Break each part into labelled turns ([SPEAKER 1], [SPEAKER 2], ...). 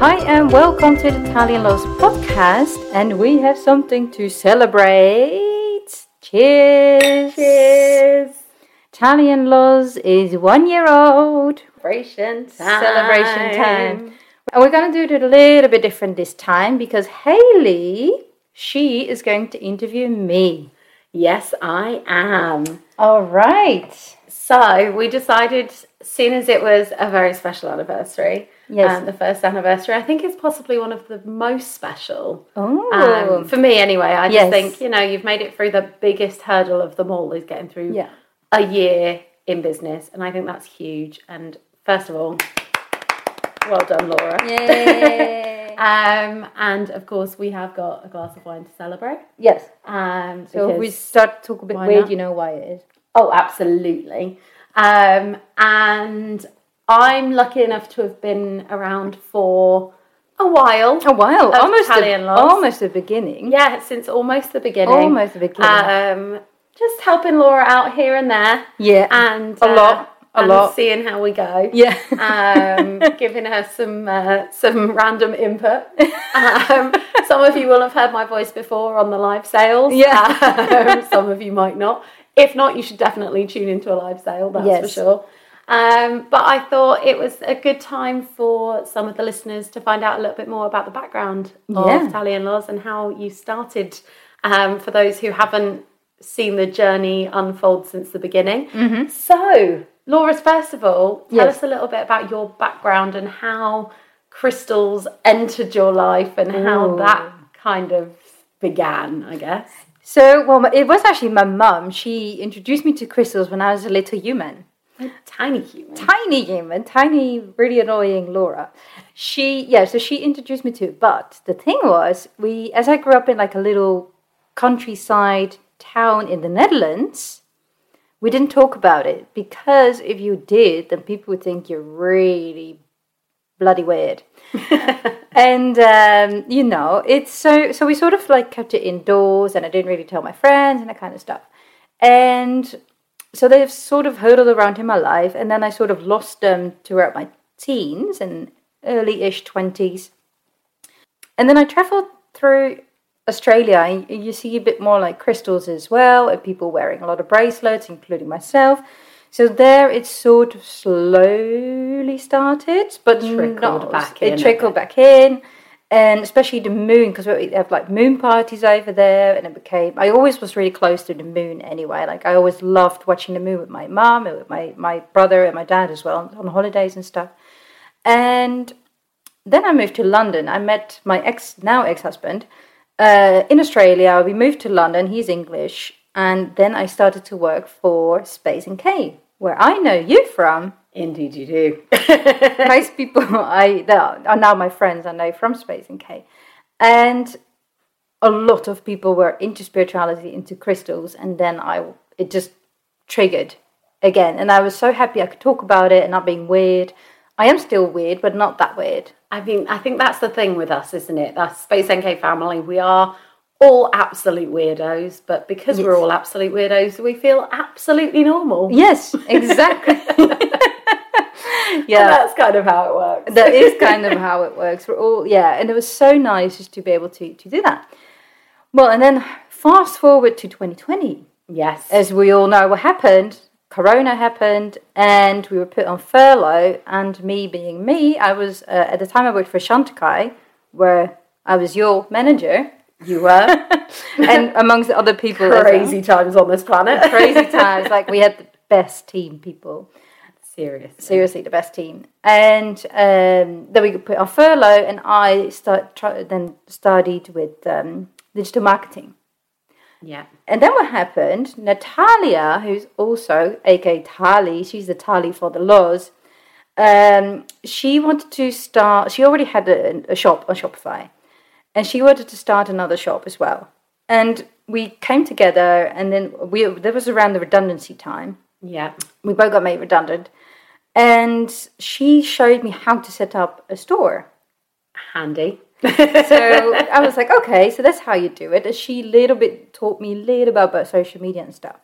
[SPEAKER 1] Hi, and welcome to the Italian Laws podcast. And we have something to celebrate. Cheers!
[SPEAKER 2] Cheers!
[SPEAKER 1] Italian Laws is one year old.
[SPEAKER 2] Celebration
[SPEAKER 1] Celebration time. And we're going to do it a little bit different this time because Haley, she is going to interview me.
[SPEAKER 2] Yes, I am.
[SPEAKER 1] All right.
[SPEAKER 2] So we decided, soon as it was a very special anniversary,
[SPEAKER 1] Yes.
[SPEAKER 2] um, the first anniversary, I think is possibly one of the most special.
[SPEAKER 1] Oh,
[SPEAKER 2] Um, for me, anyway, I
[SPEAKER 1] Yes.
[SPEAKER 2] just think you know you've made it through the biggest hurdle of them all is getting through
[SPEAKER 1] yeah.
[SPEAKER 2] a year in business, and I think that's huge. And first of all, well done, Laura.
[SPEAKER 1] Yay.
[SPEAKER 2] Um, and of course, we have got a glass of wine to celebrate.
[SPEAKER 1] yes.
[SPEAKER 2] Um,
[SPEAKER 1] So if we
[SPEAKER 2] because-
[SPEAKER 1] start to talk a bit
[SPEAKER 2] why
[SPEAKER 1] weird,
[SPEAKER 2] not?
[SPEAKER 1] you know why it is.
[SPEAKER 2] oh, absolutely. Um, and I'm lucky enough to have been around for a while.
[SPEAKER 1] A while,
[SPEAKER 2] Of
[SPEAKER 1] Oh, almost
[SPEAKER 2] Italian
[SPEAKER 1] the,
[SPEAKER 2] laws.
[SPEAKER 1] almost the beginning.
[SPEAKER 2] Yeah, since almost the beginning.
[SPEAKER 1] Almost the beginning.
[SPEAKER 2] Um, just helping Laura out here and there,
[SPEAKER 1] yeah,
[SPEAKER 2] and uh,
[SPEAKER 1] A lot, a
[SPEAKER 2] and
[SPEAKER 1] lot.
[SPEAKER 2] seeing how we go.
[SPEAKER 1] yeah.
[SPEAKER 2] um, giving her some uh, some random input. Um, some of you will have heard my voice before on the live sales.
[SPEAKER 1] Yeah.
[SPEAKER 2] Um, some of you might not. If not, you should definitely tune into a live sale. That's for
[SPEAKER 1] Yes.
[SPEAKER 2] sure. Um, but I thought it was a good time for some of the listeners to find out a little bit more about the background
[SPEAKER 1] Yeah.
[SPEAKER 2] of Italian laws and how you started. Um, for those who haven't seen the journey unfold since the beginning, so, Laura's first of all, tell
[SPEAKER 1] Yes.
[SPEAKER 2] us a little bit about your background and how crystals entered your life and how
[SPEAKER 1] Ooh.
[SPEAKER 2] that kind of began, I guess.
[SPEAKER 1] so, well, my- it was actually my mum. She introduced me to crystals when I was a little human.
[SPEAKER 2] A tiny human.
[SPEAKER 1] tiny human, tiny, really annoying Laura. She, yeah, so she introduced me to it. But the thing was, we, as I grew up in like a little countryside town in the Netherlands, we didn't talk about it because if you did, then people would think you're really bloody weird. and um, you know, it's so so we sort of like kept it indoors, and I didn't really tell my friends and that kind of stuff. And so they've sort of hurdled around in my life, and then I sort of lost them throughout my teens and early-ish twenties. And then I traveled through Australia. and You see a bit more like crystals as well, and people wearing a lot of bracelets, including myself. So there, it sort of slowly started, but
[SPEAKER 2] Trickled
[SPEAKER 1] not-
[SPEAKER 2] back in a
[SPEAKER 1] It trickled back in, and especially the moon because we have like moon parties over there, and it became. I always was really close to the moon anyway. Like I always loved watching the moon with my mum and with my my brother and my dad as well on holidays and stuff. And then I moved to London. I met my ex, now ex husband, uh, in Australia. We moved to London. He's English. And then I started to work for Space and K, where I know you from.
[SPEAKER 2] Indeed, you do.
[SPEAKER 1] Most people I that are now my friends I know from Space and K. And a lot of people were into spirituality, into crystals, and then I it just triggered again. And I was so happy I could talk about it and not being weird. I am still weird, but not that weird.
[SPEAKER 2] I mean, I think that's the thing with us, isn't it? That Space NK family, we are all absolute weirdos, but because we're
[SPEAKER 1] Yes.
[SPEAKER 2] all absolute weirdos, we feel absolutely normal.
[SPEAKER 1] Yes, exactly. yeah,
[SPEAKER 2] That's kind of how it works.
[SPEAKER 1] that is kind of how it works. We're all yeah, and it was so nice just to be able to to do that. Well, and then fast forward to 2020,
[SPEAKER 2] yes.
[SPEAKER 1] as we all know, what happened. Corona happened, and we were put on furlough. And me being me, I was uh, at the time I worked for Shantikai, where I was your manager,
[SPEAKER 2] you were
[SPEAKER 1] and amongst the other people, as well.
[SPEAKER 2] crazy times on this planet.
[SPEAKER 1] crazy times. Like we had the best team people.
[SPEAKER 2] Seriously.
[SPEAKER 1] seriously the best team. And um, then we got put on furlough, and I start try, then studied with um, digital marketing.
[SPEAKER 2] Yeah.
[SPEAKER 1] And then what happened? Natalia, who's also aka Tali, she's the Tali for the laws. Um, she wanted to start. She already had a, a shop on Shopify, and she wanted to start another shop as well. And we came together, and then we there was around the redundancy time,
[SPEAKER 2] Yeah.
[SPEAKER 1] we both got made redundant and she showed me how to set up a store
[SPEAKER 2] Handy.
[SPEAKER 1] so i was like okay so that's how you do it and she little bit taught me a little bit about social media and stuff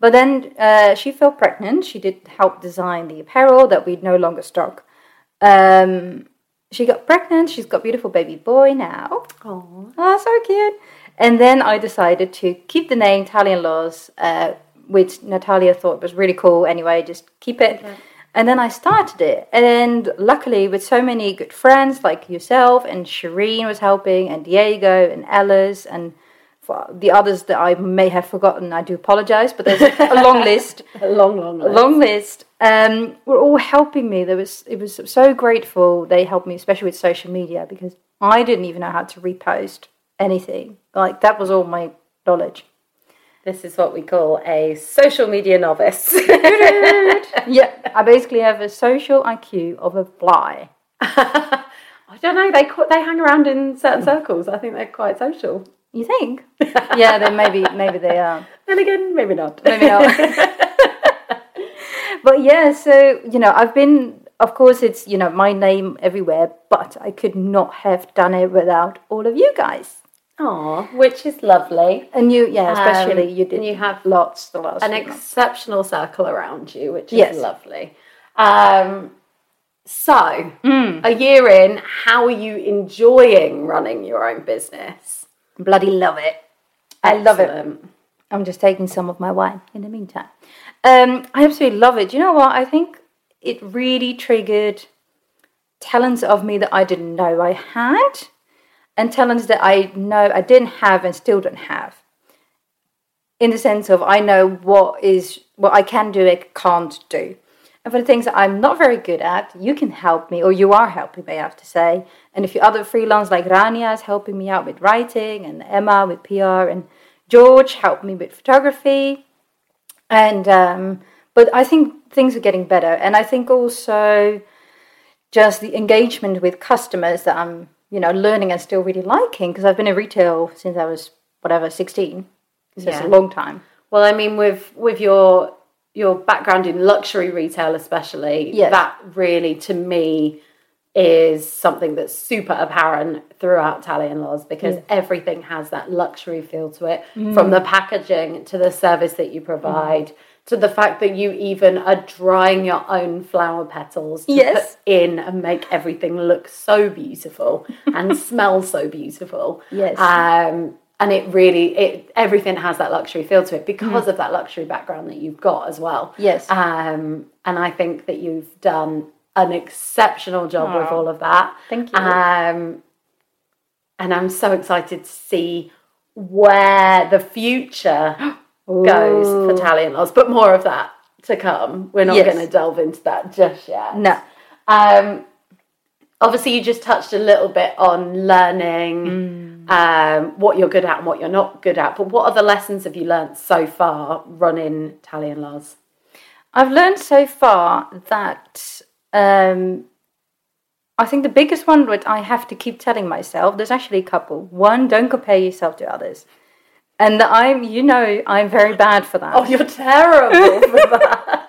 [SPEAKER 1] but then uh, she fell pregnant she did help design the apparel that we no longer stock um, she got pregnant. She's got a beautiful baby boy now.
[SPEAKER 2] Oh,
[SPEAKER 1] Oh, so cute. And then I decided to keep the name Italian Laws, uh, which Natalia thought was really cool anyway, just keep it. And then I started it. And luckily, with so many good friends like yourself, and Shireen was helping, and Diego, and Alice, and for the others that I may have forgotten, I do apologize, but there's a long list
[SPEAKER 2] a long, long, long.
[SPEAKER 1] long list um, were all helping me. There was it was so grateful they helped me, especially with social media because I didn't even know how to repost anything. Like that was all my knowledge.
[SPEAKER 2] This is what we call a social media novice.
[SPEAKER 1] yeah, I basically have a social IQ of a fly.
[SPEAKER 2] I don't know. They qu- they hang around in certain circles. I think they're quite social.
[SPEAKER 1] You think? yeah, then maybe maybe they are.
[SPEAKER 2] Then again, maybe not.
[SPEAKER 1] Maybe not. but yeah, so you know, I've been. Of course, it's you know my name everywhere, but I could not have done it without all of you guys.
[SPEAKER 2] Aw, which is lovely.
[SPEAKER 1] And you, yeah, especially
[SPEAKER 2] Um,
[SPEAKER 1] you did.
[SPEAKER 2] and you have
[SPEAKER 1] lots the last
[SPEAKER 2] An
[SPEAKER 1] few months.
[SPEAKER 2] exceptional circle around you, which is
[SPEAKER 1] Yes.
[SPEAKER 2] lovely. Um, so, a year in, how are you enjoying running your own business?
[SPEAKER 1] Bloody love it. I love it.
[SPEAKER 2] Excellent.
[SPEAKER 1] I'm just taking some of my wine in the meantime. Um, I absolutely love it. Do you know what? I think it really triggered talents of me that I didn't know I had, and talents that I know I didn't have and still don't have. In the sense of I know what is what I can do, I can't do. And for the things that I'm not very good at, you can help me, or you are helping me, I have to say. And if you other freelance like Rania is helping me out with writing, and Emma with PR, and George helped me with photography, and um, but I think things are getting better. And I think also just the engagement with customers that I'm, you know, learning and still really liking because I've been in retail since I was whatever 16, so it's a
[SPEAKER 2] Yeah.
[SPEAKER 1] long time.
[SPEAKER 2] Well, I mean, with with your your background in luxury retail, especially,
[SPEAKER 1] Yes.
[SPEAKER 2] that really to me is something that's super apparent throughout Italian laws because everything has that luxury feel to it,
[SPEAKER 1] Mm.
[SPEAKER 2] from the packaging to the service that you provide. To the fact that you even are drying your own flower petals to
[SPEAKER 1] Yes.
[SPEAKER 2] put in and make everything look so beautiful and smell so beautiful
[SPEAKER 1] Yes.
[SPEAKER 2] um, and it really it everything has that luxury feel to it because of that luxury background that you've got as well
[SPEAKER 1] Mm. Yes.
[SPEAKER 2] um, and i think that you've done an exceptional job with all of that
[SPEAKER 1] Thank you.
[SPEAKER 2] um, and i'm so excited to see where the future goes for italian laws but more of that to come we're not
[SPEAKER 1] Yes.
[SPEAKER 2] going to delve into that just yet
[SPEAKER 1] No.
[SPEAKER 2] um, obviously, you just touched a little bit on learning um, what you're good at and what you're not good at. But what other lessons have you learnt so far running Tally and Lars?
[SPEAKER 1] I've learned so far that um, I think the biggest one that I have to keep telling myself, there's actually a couple. One, don't compare yourself to others. And that I'm, you know, I'm very bad for that.
[SPEAKER 2] Oh, you're terrible for that.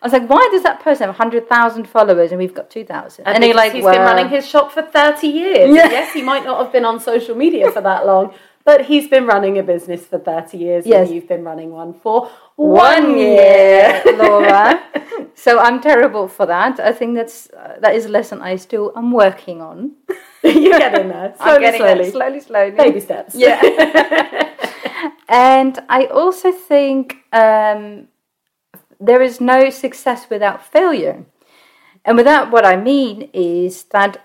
[SPEAKER 1] I was like, why does that person have 100,000 followers and we've got 2,000? And they're like,
[SPEAKER 2] he's
[SPEAKER 1] well,
[SPEAKER 2] been running his shop for 30 years.
[SPEAKER 1] Yeah.
[SPEAKER 2] Yes, he might not have been on social media for that long, but he's been running a business for 30 years.
[SPEAKER 1] Yes.
[SPEAKER 2] And you've been running one for
[SPEAKER 1] one year, Laura. so I'm terrible for that. I think that's uh, that is a lesson I still am working on.
[SPEAKER 2] you're getting there. Slowly,
[SPEAKER 1] I'm getting there
[SPEAKER 2] slowly.
[SPEAKER 1] slowly, slowly.
[SPEAKER 2] Baby steps.
[SPEAKER 1] Yeah. and I also think um, there is no success without failure. And with that, what I mean is that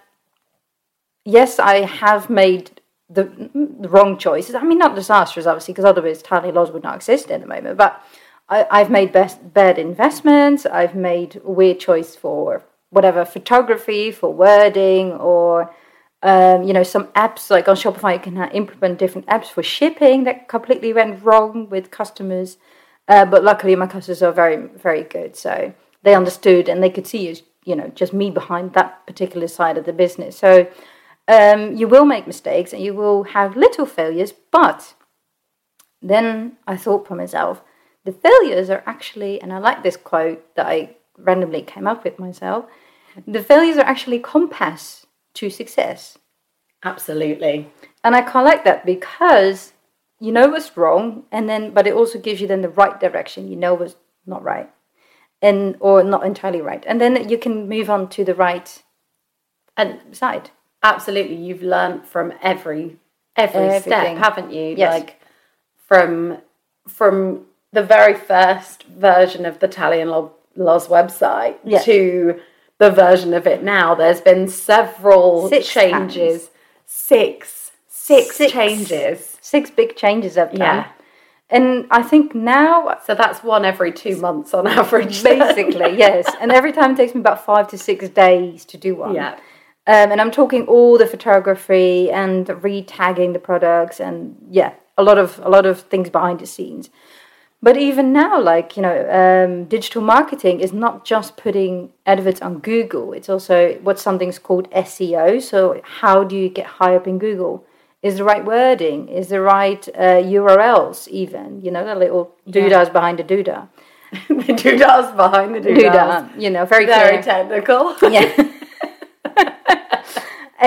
[SPEAKER 1] yes, I have made the, the wrong choices. I mean, not disastrous, obviously, because otherwise tiny laws would not exist at the moment. But I, I've made best, bad investments. I've made weird choice for whatever photography, for wording, or um, you know, some apps like on Shopify, you can uh, implement different apps for shipping that completely went wrong with customers. Uh, but luckily, my customers are very, very good, so they understood and they could see, it's, you know, just me behind that particular side of the business. So um, you will make mistakes and you will have little failures, but then I thought for myself, the failures are actually, and I like this quote that I randomly came up with myself the failures are actually compass to success.
[SPEAKER 2] Absolutely.
[SPEAKER 1] And I quite like that because you know what's wrong, and then but it also gives you then the right direction. You know what's not right, and or not entirely right, and then you can move on to the right and side.
[SPEAKER 2] absolutely you've learned from every every
[SPEAKER 1] Everything.
[SPEAKER 2] step haven't you
[SPEAKER 1] Yes.
[SPEAKER 2] like from from the very first version of the Italian law, laws website
[SPEAKER 1] Yeah.
[SPEAKER 2] to the version of it now there's been several
[SPEAKER 1] Six
[SPEAKER 2] changes six six
[SPEAKER 1] Six.
[SPEAKER 2] changes
[SPEAKER 1] Six big changes I've done.
[SPEAKER 2] Yeah.
[SPEAKER 1] And I think now,
[SPEAKER 2] so that's one every two months on average then.
[SPEAKER 1] basically, yes. And every time it takes me about five to six days to do one.
[SPEAKER 2] yeah
[SPEAKER 1] Um, and I'm talking all the photography and re-tagging the products and yeah, a lot of a lot of things behind the scenes. But even now, like you know, um, digital marketing is not just putting adverts on Google. It's also what something's called SEO. So how do you get high up in Google? Is the right wording? Is the right uh, URLs? Even you know the little doodahs behind the doodah.
[SPEAKER 2] the doodahs behind the doodahs,
[SPEAKER 1] Doodah, you know, very
[SPEAKER 2] very
[SPEAKER 1] clear.
[SPEAKER 2] technical
[SPEAKER 1] Yeah.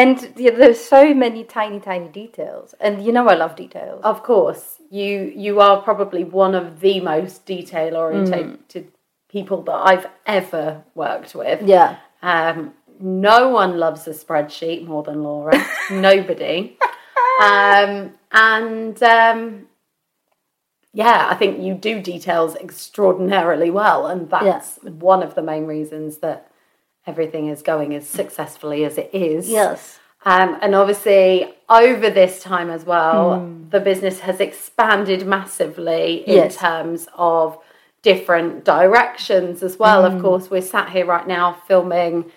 [SPEAKER 1] and yeah, there's so many tiny, tiny details. And you know, I love details.
[SPEAKER 2] Of course, you you are probably one of the most detail orientated people that I've ever worked with.
[SPEAKER 1] Yeah.
[SPEAKER 2] Um, no one loves a spreadsheet more than Laura. Nobody. Um, and um, yeah, I think you do details extraordinarily well, and that's one of the main reasons that everything is going as successfully as it is.
[SPEAKER 1] Yes.
[SPEAKER 2] Um, and obviously, over this time as well, the business has expanded massively in
[SPEAKER 1] Hmm. Yes.
[SPEAKER 2] terms of different directions as well.
[SPEAKER 1] Hmm.
[SPEAKER 2] Of course, we're sat here right now filming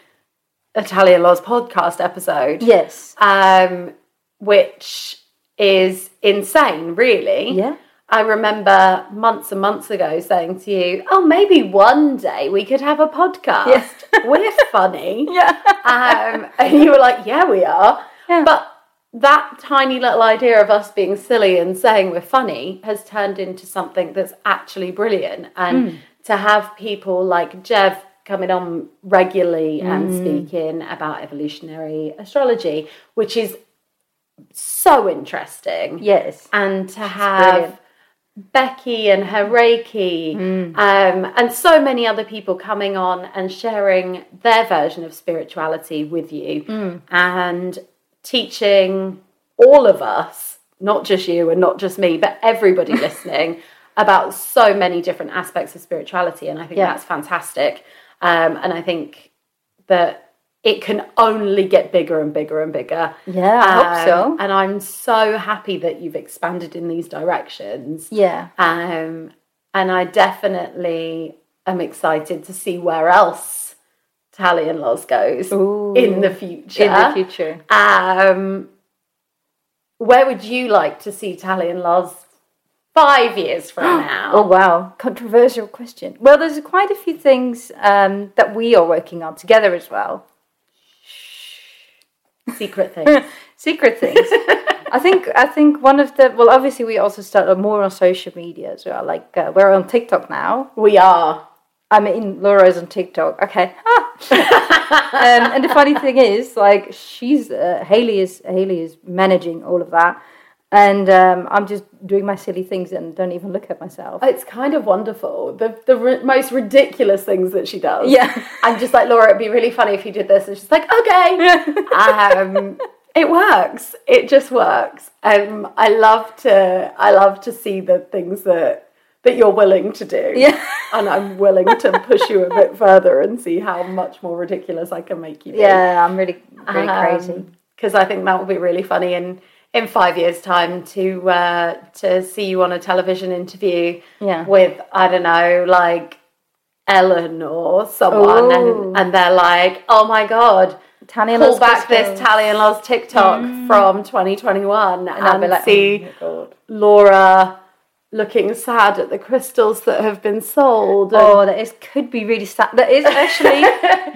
[SPEAKER 2] Italian Laws podcast episode,
[SPEAKER 1] Yes.
[SPEAKER 2] um, which is insane, really.
[SPEAKER 1] Yeah.
[SPEAKER 2] I remember months and months ago saying to you, "Oh, maybe one day we could have a podcast. We're funny."
[SPEAKER 1] Yeah.
[SPEAKER 2] um, and you were like, yeah, we are.
[SPEAKER 1] Yeah.
[SPEAKER 2] But that tiny little idea of us being silly and saying we're funny has turned into something that's actually brilliant. And to have people like Jeff coming on regularly and speaking about evolutionary astrology, which is so interesting
[SPEAKER 1] Yes.
[SPEAKER 2] and to have
[SPEAKER 1] brilliant. Mm.
[SPEAKER 2] Becky and her Reiki um, and so many other people coming on and sharing their version of spirituality with you
[SPEAKER 1] Mm.
[SPEAKER 2] and teaching all of us, not just you and not just me, but everybody listening about so many different aspects of spirituality. And I think
[SPEAKER 1] Yeah.
[SPEAKER 2] that's fantastic. Um, and I think that it can only get bigger and bigger and bigger.
[SPEAKER 1] Yeah, I hope so.
[SPEAKER 2] Um, And I'm so happy that you've expanded in these directions.
[SPEAKER 1] Yeah.
[SPEAKER 2] Um, and I definitely am excited to see where else Tally and Loz goes in the future.
[SPEAKER 1] In the future.
[SPEAKER 2] Um, where would you like to see Tally and Loz five years from now?
[SPEAKER 1] Oh wow, controversial question. Well, there's quite a few things um, that we are working on together as well.
[SPEAKER 2] Secret things.
[SPEAKER 1] Secret things. I think I think one of the well, obviously we also started more on social media as well. Like uh, we're on TikTok now.
[SPEAKER 2] we are.
[SPEAKER 1] I mean, Laura's on TikTok. Okay. um, and the funny thing is, like, she's uh, Haley is Haley is managing all of that, and um, I'm just doing my silly things and don't even look at myself.
[SPEAKER 2] It's kind of wonderful. The the r- most ridiculous things that she does.
[SPEAKER 1] Yeah.
[SPEAKER 2] I'm just like Laura. It'd be really funny if you did this, and she's like, okay. um, it works. It just works. Um, I love to. I love to see the things that that you're willing to do.
[SPEAKER 1] Yeah.
[SPEAKER 2] And I'm willing to push you a bit further and see how much more ridiculous I can make you. Be
[SPEAKER 1] yeah, I'm really really
[SPEAKER 2] Um,
[SPEAKER 1] crazy.
[SPEAKER 2] because I think that will be really funny in in five years' time to uh, to see you on a television interview
[SPEAKER 1] Yeah.
[SPEAKER 2] with I don't know like Ellen or someone,
[SPEAKER 1] Ooh.
[SPEAKER 2] and and they're like, oh my god.
[SPEAKER 1] Tanya
[SPEAKER 2] Pull
[SPEAKER 1] loves
[SPEAKER 2] back this
[SPEAKER 1] Christmas. Mm.
[SPEAKER 2] Tally and Loz TikTok from 2021 and,
[SPEAKER 1] I'll be like,
[SPEAKER 2] see
[SPEAKER 1] oh, my God.
[SPEAKER 2] Laura looking sad at the crystals that have been sold and
[SPEAKER 1] Oh, that is could be really sad. That is actually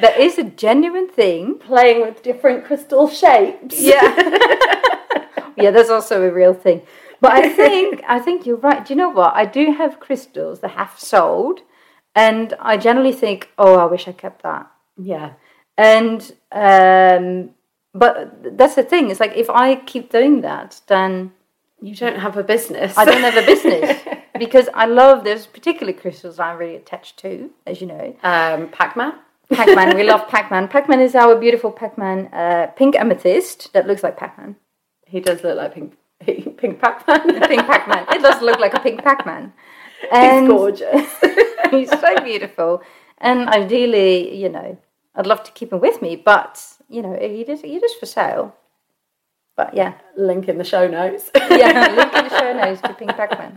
[SPEAKER 1] that is a genuine thing.
[SPEAKER 2] playing with different crystal shapes.
[SPEAKER 1] Yeah. yeah, that's also a real thing. But I think I think you're right. Do you know what? I do have crystals that have sold, and I generally think, oh, I wish I kept that.
[SPEAKER 2] Yeah.
[SPEAKER 1] And um, but that's the thing. It's like if I keep doing that, then
[SPEAKER 2] You don't have a business.
[SPEAKER 1] I don't have a business because I love those particular crystals I'm really attached to, as you know.
[SPEAKER 2] um, Pac-Man.
[SPEAKER 1] Pac Man, we love Pac Man. Pac Man is our beautiful Pac Man uh, pink amethyst that looks like Pac Man.
[SPEAKER 2] He does look like Pink Pink Pac-Man.
[SPEAKER 1] Pink Pac Man. It does look like a pink Pac Man.
[SPEAKER 2] He's gorgeous.
[SPEAKER 1] he's so beautiful. And ideally, you know, I'd love to keep him with me, but, you know, he just, he just for sale. But yeah,
[SPEAKER 2] Link in the show notes.
[SPEAKER 1] yeah, link in the show notes to Pink Pac Man.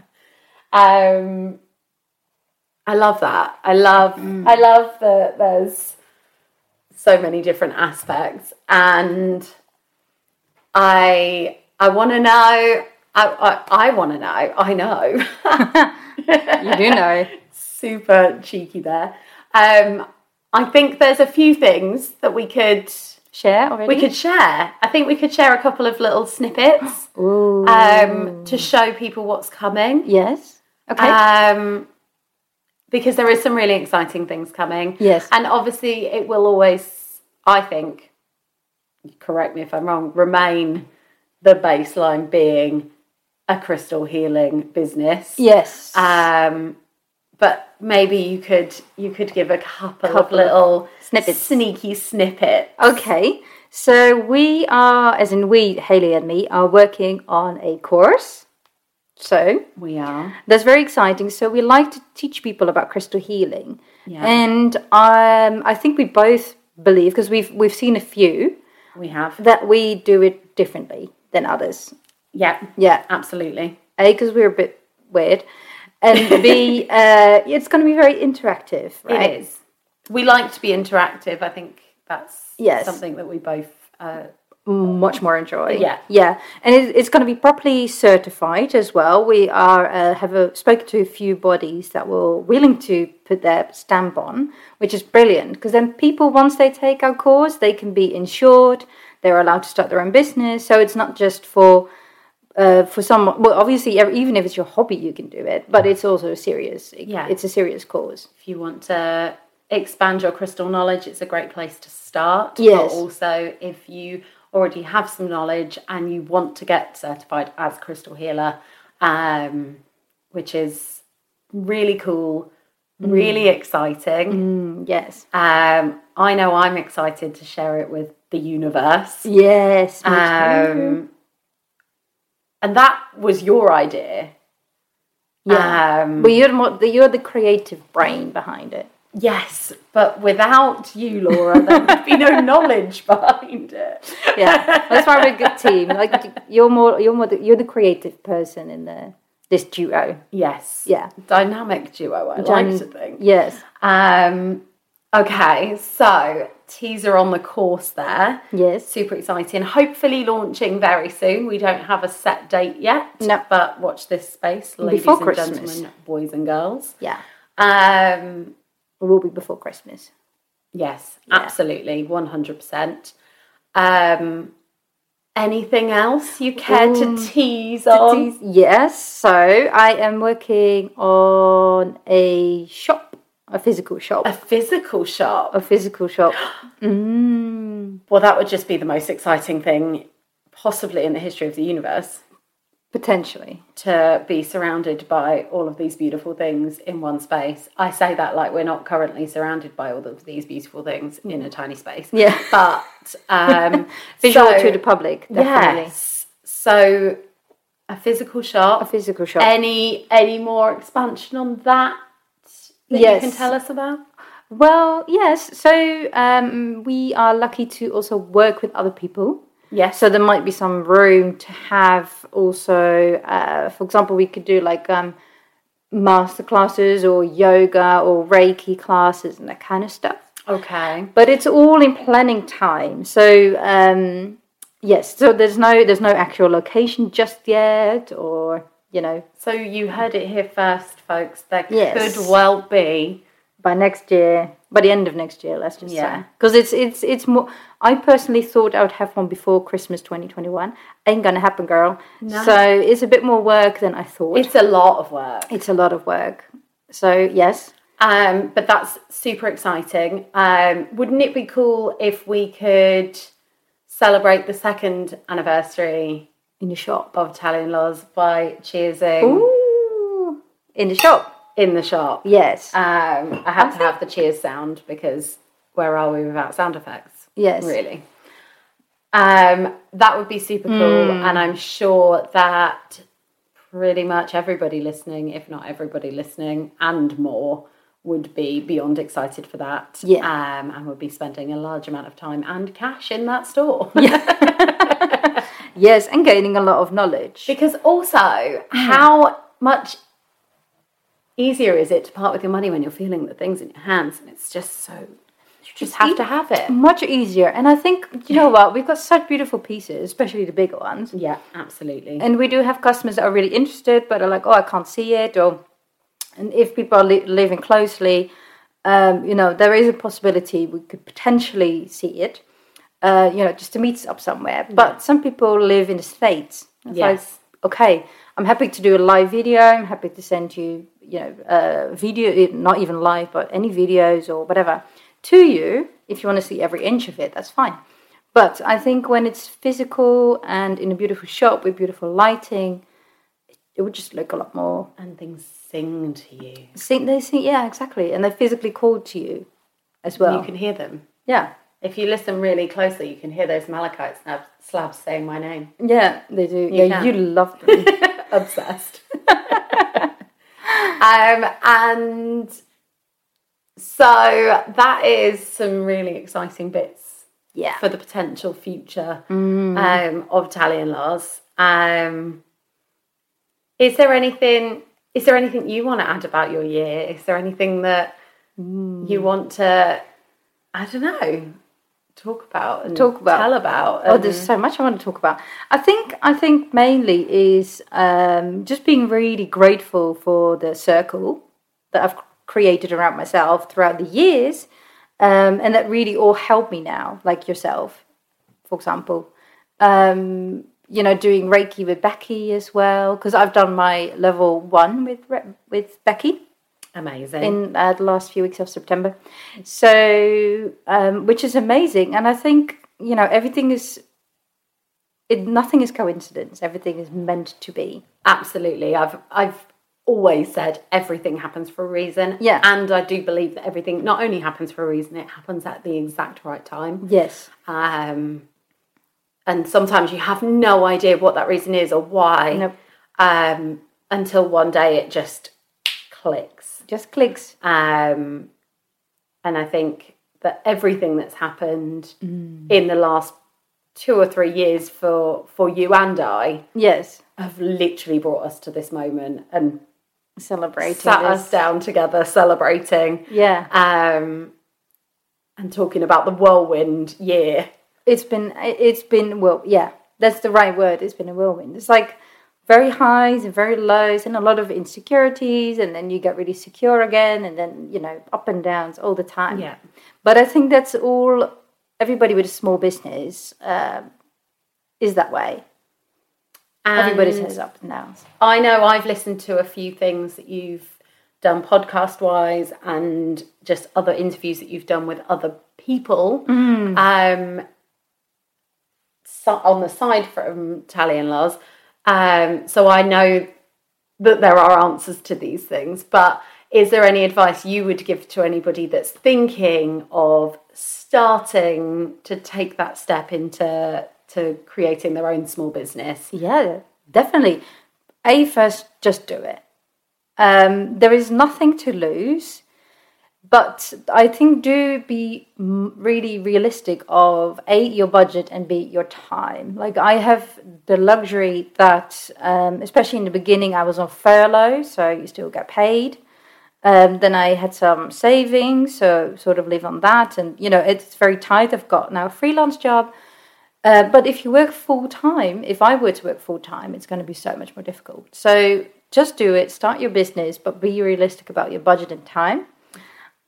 [SPEAKER 2] Um, I love that. I love. I love that. There's so many different aspects, and I I want to know. I I, I want to know. I know.
[SPEAKER 1] You do know.
[SPEAKER 2] Super cheeky there. Um, I think there's a few things that we could
[SPEAKER 1] Share already?
[SPEAKER 2] we could share. I think we could share a couple of little snippets
[SPEAKER 1] Ooh.
[SPEAKER 2] um, to show people what's coming.
[SPEAKER 1] yes. Okay.
[SPEAKER 2] Um, because there is some really exciting things coming.
[SPEAKER 1] Yes.
[SPEAKER 2] And obviously, it will always, I think, correct me if I'm wrong, remain the baseline being a crystal healing business.
[SPEAKER 1] yes.
[SPEAKER 2] Um, but maybe you could you could give a couple, of
[SPEAKER 1] Couple of
[SPEAKER 2] little
[SPEAKER 1] snippets.
[SPEAKER 2] sneaky snippet.
[SPEAKER 1] Okay, so we are, as in we, Haley and me, are working on a course. So
[SPEAKER 2] We are.
[SPEAKER 1] that's very exciting. So we like to teach people about crystal healing,
[SPEAKER 2] Yeah.
[SPEAKER 1] and um, I think we both believe because we've we've seen a few
[SPEAKER 2] We have.
[SPEAKER 1] that we do it differently than others.
[SPEAKER 2] Yeah.
[SPEAKER 1] Yeah,
[SPEAKER 2] Absolutely.
[SPEAKER 1] a because we're a bit weird, and b uh, it's going to be very interactive, right?
[SPEAKER 2] It is. We like to be interactive. I think that's
[SPEAKER 1] Yes.
[SPEAKER 2] something that we both. Uh,
[SPEAKER 1] much more enjoy.
[SPEAKER 2] Yeah.
[SPEAKER 1] yeah, and it, it's going to be properly certified as well. We are uh, have uh spoken to a few bodies that were willing to put their stamp on, which is brilliant because then people once they take our course, they can be insured. They're allowed to start their own business, so it's not just for. Uh, for some, well, obviously, ev- even if it's your hobby, you can do it, but it's also serious. It-
[SPEAKER 2] Yeah.
[SPEAKER 1] it's a serious cause.
[SPEAKER 2] if you want to expand your crystal knowledge, it's a great place to start.
[SPEAKER 1] Yes.
[SPEAKER 2] But also, if you already have some knowledge and you want to get certified as crystal healer, um, which is really cool, really exciting.
[SPEAKER 1] Mm, yes,
[SPEAKER 2] Um, I know I'm excited to share it with the universe.
[SPEAKER 1] yes, me too.
[SPEAKER 2] Um, and that was your idea.
[SPEAKER 1] yeah.
[SPEAKER 2] um,
[SPEAKER 1] but you're the mo- the, you're the creative brain behind it.
[SPEAKER 2] Yes, but without you, Laura, there would be no knowledge behind it.
[SPEAKER 1] yeah, that's why we're a good team. Like you're more, you're more, the, you're the creative person in the this duo.
[SPEAKER 2] Yes.
[SPEAKER 1] Yeah,
[SPEAKER 2] Dynamic duo, I like to
[SPEAKER 1] Dyn-
[SPEAKER 2] think.
[SPEAKER 1] yes,
[SPEAKER 2] Um, okay, so teaser on the course there.
[SPEAKER 1] yes,
[SPEAKER 2] Super exciting. Hopefully launching very soon. We don't have a set date yet.
[SPEAKER 1] No.
[SPEAKER 2] But watch this space, ladies
[SPEAKER 1] Before
[SPEAKER 2] and
[SPEAKER 1] Christmas.
[SPEAKER 2] gentlemen, boys and girls.
[SPEAKER 1] yeah.
[SPEAKER 2] Um,
[SPEAKER 1] It will be before Christmas.
[SPEAKER 2] Yes, absolutely, one hundred percent. Um, anything else you care to tease on?
[SPEAKER 1] Yes, so I am working on a shop, a physical shop,
[SPEAKER 2] A physical shop.
[SPEAKER 1] a physical shop. mm,
[SPEAKER 2] Well, that would just be the most exciting thing possibly in the history of the universe
[SPEAKER 1] potentially.
[SPEAKER 2] to be surrounded by all of these beautiful things in one space. I say that like we're not currently surrounded by all of these beautiful things in a tiny space.
[SPEAKER 1] Mm. Yeah.
[SPEAKER 2] But um
[SPEAKER 1] Visual
[SPEAKER 2] so-
[SPEAKER 1] to the public, definitely.
[SPEAKER 2] Yes. So a physical shop.
[SPEAKER 1] A physical shop.
[SPEAKER 2] any any more expansion on that that
[SPEAKER 1] Yes.
[SPEAKER 2] you can tell us about
[SPEAKER 1] well, yes. So um, we are lucky to also work with other people.
[SPEAKER 2] yes
[SPEAKER 1] So there might be some room to have also, uh, for example, we could do like um, master classes or yoga or Reiki classes and that kind of stuff.
[SPEAKER 2] okay
[SPEAKER 1] But it's all in planning time. So um, yes, so there's no there's no actual location just yet, or you know,
[SPEAKER 2] so you heard it here first folks there
[SPEAKER 1] Yes.
[SPEAKER 2] could well be
[SPEAKER 1] by next year, by the end of next year, let's just
[SPEAKER 2] Yeah.
[SPEAKER 1] say, because it's it's it's more. I personally thought I would have one before Christmas 2021. Ain't gonna happen, girl. So it's a bit more work than I thought.
[SPEAKER 2] it's a lot of work
[SPEAKER 1] It's a lot of work. So yes,
[SPEAKER 2] um but that's super exciting um wouldn't it be cool if we could celebrate the second anniversary
[SPEAKER 1] in the shop.
[SPEAKER 2] of Italian Laws by cheersing
[SPEAKER 1] Ooh, in the shop. Ah,
[SPEAKER 2] in the shop
[SPEAKER 1] Yes,
[SPEAKER 2] um I had to have the cheers sound because where are we without sound effects?
[SPEAKER 1] Yes.
[SPEAKER 2] Really. Um, that would be super cool.
[SPEAKER 1] Hmm.
[SPEAKER 2] And I'm sure that pretty much everybody listening, if not everybody listening and more, would be beyond excited for that.
[SPEAKER 1] Yeah.
[SPEAKER 2] Um, and would be spending a large amount of time and cash in that store.
[SPEAKER 1] Yes, and gaining a lot of knowledge.
[SPEAKER 2] Because also,
[SPEAKER 1] Hmm.
[SPEAKER 2] how much easier is it to part with your money when you're feeling the things in your hands? And it's just so, you just have to have it.
[SPEAKER 1] Much easier. And I think, you know what, we've got such beautiful pieces, especially the bigger ones.
[SPEAKER 2] Yeah, absolutely.
[SPEAKER 1] And we do have customers that are really interested, but are like, oh, I can't see it. Or, and if people are li- living closely, um, you know, there is a possibility we could potentially see it, uh, you know, just to meet up somewhere. But some people live in the States. It's
[SPEAKER 2] Yes.
[SPEAKER 1] like, okay, I'm happy to do a live video. I'm happy to send you, you know, uh, video, not even live, but any videos or whatever to you. If you want to see every inch of it, that's fine. But I think when it's physical and in a beautiful shop with beautiful lighting, it would just look a lot more
[SPEAKER 2] and things sing to you.
[SPEAKER 1] Sing, they sing, yeah, exactly, and they're physically called to you as well.
[SPEAKER 2] You can hear them.
[SPEAKER 1] yeah,
[SPEAKER 2] If you listen really closely, you can hear those malachite slabs, slabs saying my name.
[SPEAKER 1] yeah, they do. yeah,
[SPEAKER 2] can.
[SPEAKER 1] you love them.
[SPEAKER 2] Obsessed. um, and so that is some really exciting bits
[SPEAKER 1] yeah,
[SPEAKER 2] for the potential future
[SPEAKER 1] Mm.
[SPEAKER 2] um, of Italian laws. Um, is there anything? Is there anything you want to add about your year? Is there anything that
[SPEAKER 1] Mm.
[SPEAKER 2] you want to? I don't know. Talk about and
[SPEAKER 1] Talk about.
[SPEAKER 2] tell about.
[SPEAKER 1] oh,
[SPEAKER 2] and-
[SPEAKER 1] there's so much I want to talk about. I think, I think mainly is um, just being really grateful for the circle that I've created around myself throughout the years, um, and that really all help me now, like yourself, for example. Um, you know, doing Reiki with Becky as well, because I've done my level one with Re- with Becky.
[SPEAKER 2] amazing.
[SPEAKER 1] in uh, the last few weeks of September. So, um, which is amazing. And I think, you know, everything is, it, nothing is coincidence. Everything is meant to be.
[SPEAKER 2] Absolutely. I've I've always said everything happens for a reason.
[SPEAKER 1] Yeah.
[SPEAKER 2] And I do believe that everything not only happens for a reason, it happens at the exact right time.
[SPEAKER 1] Yes.
[SPEAKER 2] Um and sometimes you have no idea what that reason is or why.
[SPEAKER 1] Nope.
[SPEAKER 2] Um until one day it just clicks.
[SPEAKER 1] Just clicks.
[SPEAKER 2] Um and I think that everything that's happened
[SPEAKER 1] Mm.
[SPEAKER 2] in the last two or three years for for you and I
[SPEAKER 1] Yes.
[SPEAKER 2] have literally brought us to this moment and
[SPEAKER 1] Celebrating.
[SPEAKER 2] sat
[SPEAKER 1] this.
[SPEAKER 2] us down together celebrating
[SPEAKER 1] Yeah.
[SPEAKER 2] um, and talking about the whirlwind year.
[SPEAKER 1] It's been, it's been, well, yeah, that's the right word. It's been a whirlwind. It's like very highs and very lows and a lot of insecurities. And then you get really secure again. And then, you know, up and downs all the time. But I think that's all. Everybody with a small business um, is that way. Everybody
[SPEAKER 2] Everybody's.
[SPEAKER 1] says up and downs.
[SPEAKER 2] I know I've listened to a few things that you've done podcast wise and just other interviews that you've done with other people. Um, so on the side from Tally and Lars. Um, so I know that there are answers to these things, but is there any advice you would give to anybody that's thinking of starting to take that step into to creating their own small business?
[SPEAKER 1] Yeah, definitely. A first, just do it. Um, there is nothing to lose, but I think do be m- really realistic of a your budget and b your time. Like I have the luxury that, um, especially in the beginning, I was on furlough, so you still get paid. Um, then I had some savings, so sort of live on that. And you know, it's very tight. I've got now a freelance job. Uh, but if you work full time, if I were to work full time, it's going to be so much more difficult. So just do it, start your business, but be realistic about your budget and time.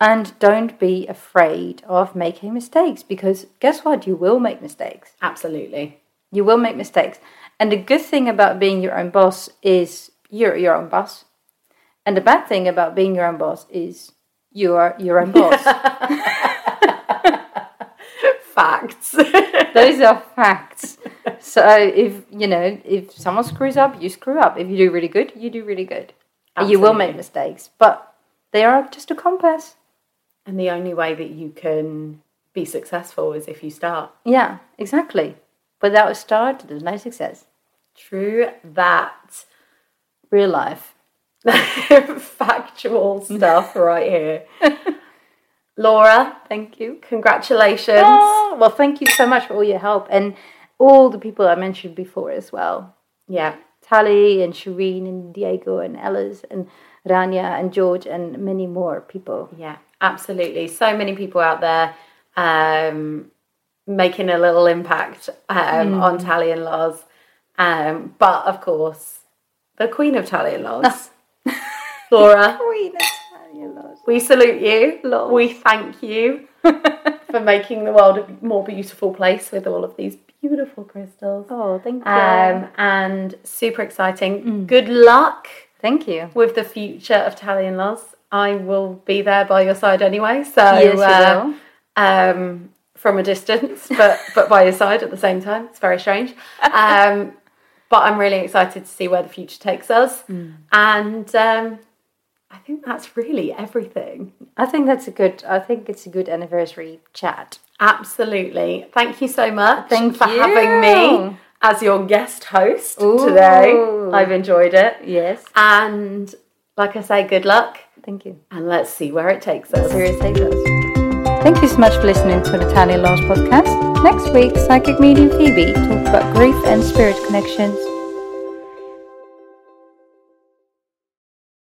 [SPEAKER 1] And don't be afraid of making mistakes because guess what? You will make mistakes.
[SPEAKER 2] Absolutely.
[SPEAKER 1] You will make mistakes. And the good thing about being your own boss is you're your own boss. And the bad thing about being your own boss is you are your own boss.
[SPEAKER 2] Facts.
[SPEAKER 1] Those are facts. So if you know, if someone screws up, you screw up. If you do really good, you do really good. And You will
[SPEAKER 2] Absolutely.
[SPEAKER 1] make mistakes, but they are just a compass.
[SPEAKER 2] And the only way that you can be successful is if you start.
[SPEAKER 1] Yeah, exactly. Without a start, there's no success.
[SPEAKER 2] True that.
[SPEAKER 1] Real life.
[SPEAKER 2] Factual stuff right here. Laura,
[SPEAKER 1] Thank you.
[SPEAKER 2] congratulations.
[SPEAKER 1] Oh, well, thank you so much for all your help and all the people I mentioned before as well.
[SPEAKER 2] Yeah.
[SPEAKER 1] Tali and Shireen and Diego and Ellis and Rania and George and many more people.
[SPEAKER 2] Yeah, absolutely. So many people out there um, making a little impact um, on Tally and Lars. Um, but of course, the queen of Tally and Lars, Laura, we salute you. We thank you for making the world a more beautiful place with all of these beautiful crystals.
[SPEAKER 1] Oh, thank you.
[SPEAKER 2] Um, and super exciting. Good luck
[SPEAKER 1] thank you.
[SPEAKER 2] with the future of Tally and Lars. I will be there by your side anyway. So
[SPEAKER 1] Yes, you
[SPEAKER 2] uh,
[SPEAKER 1] will.
[SPEAKER 2] um, from a distance, but but by your side at the same time. It's very strange. Um, but I'm really excited to see where the future takes us. And um, I think that's really everything.
[SPEAKER 1] I think that's a good. I think it's a good anniversary chat.
[SPEAKER 2] Absolutely. Thank you so much.
[SPEAKER 1] Thank
[SPEAKER 2] for having me
[SPEAKER 1] you.
[SPEAKER 2] as your guest host
[SPEAKER 1] Ooh.
[SPEAKER 2] today. I've enjoyed it.
[SPEAKER 1] Yes.
[SPEAKER 2] And like I say, good luck.
[SPEAKER 1] Thank you.
[SPEAKER 2] And let's see where it takes us.
[SPEAKER 1] Serious takers. Thank you so much for listening to the Tiny Laws podcast. Next week, psychic medium Phoebe talks about grief and spirit connections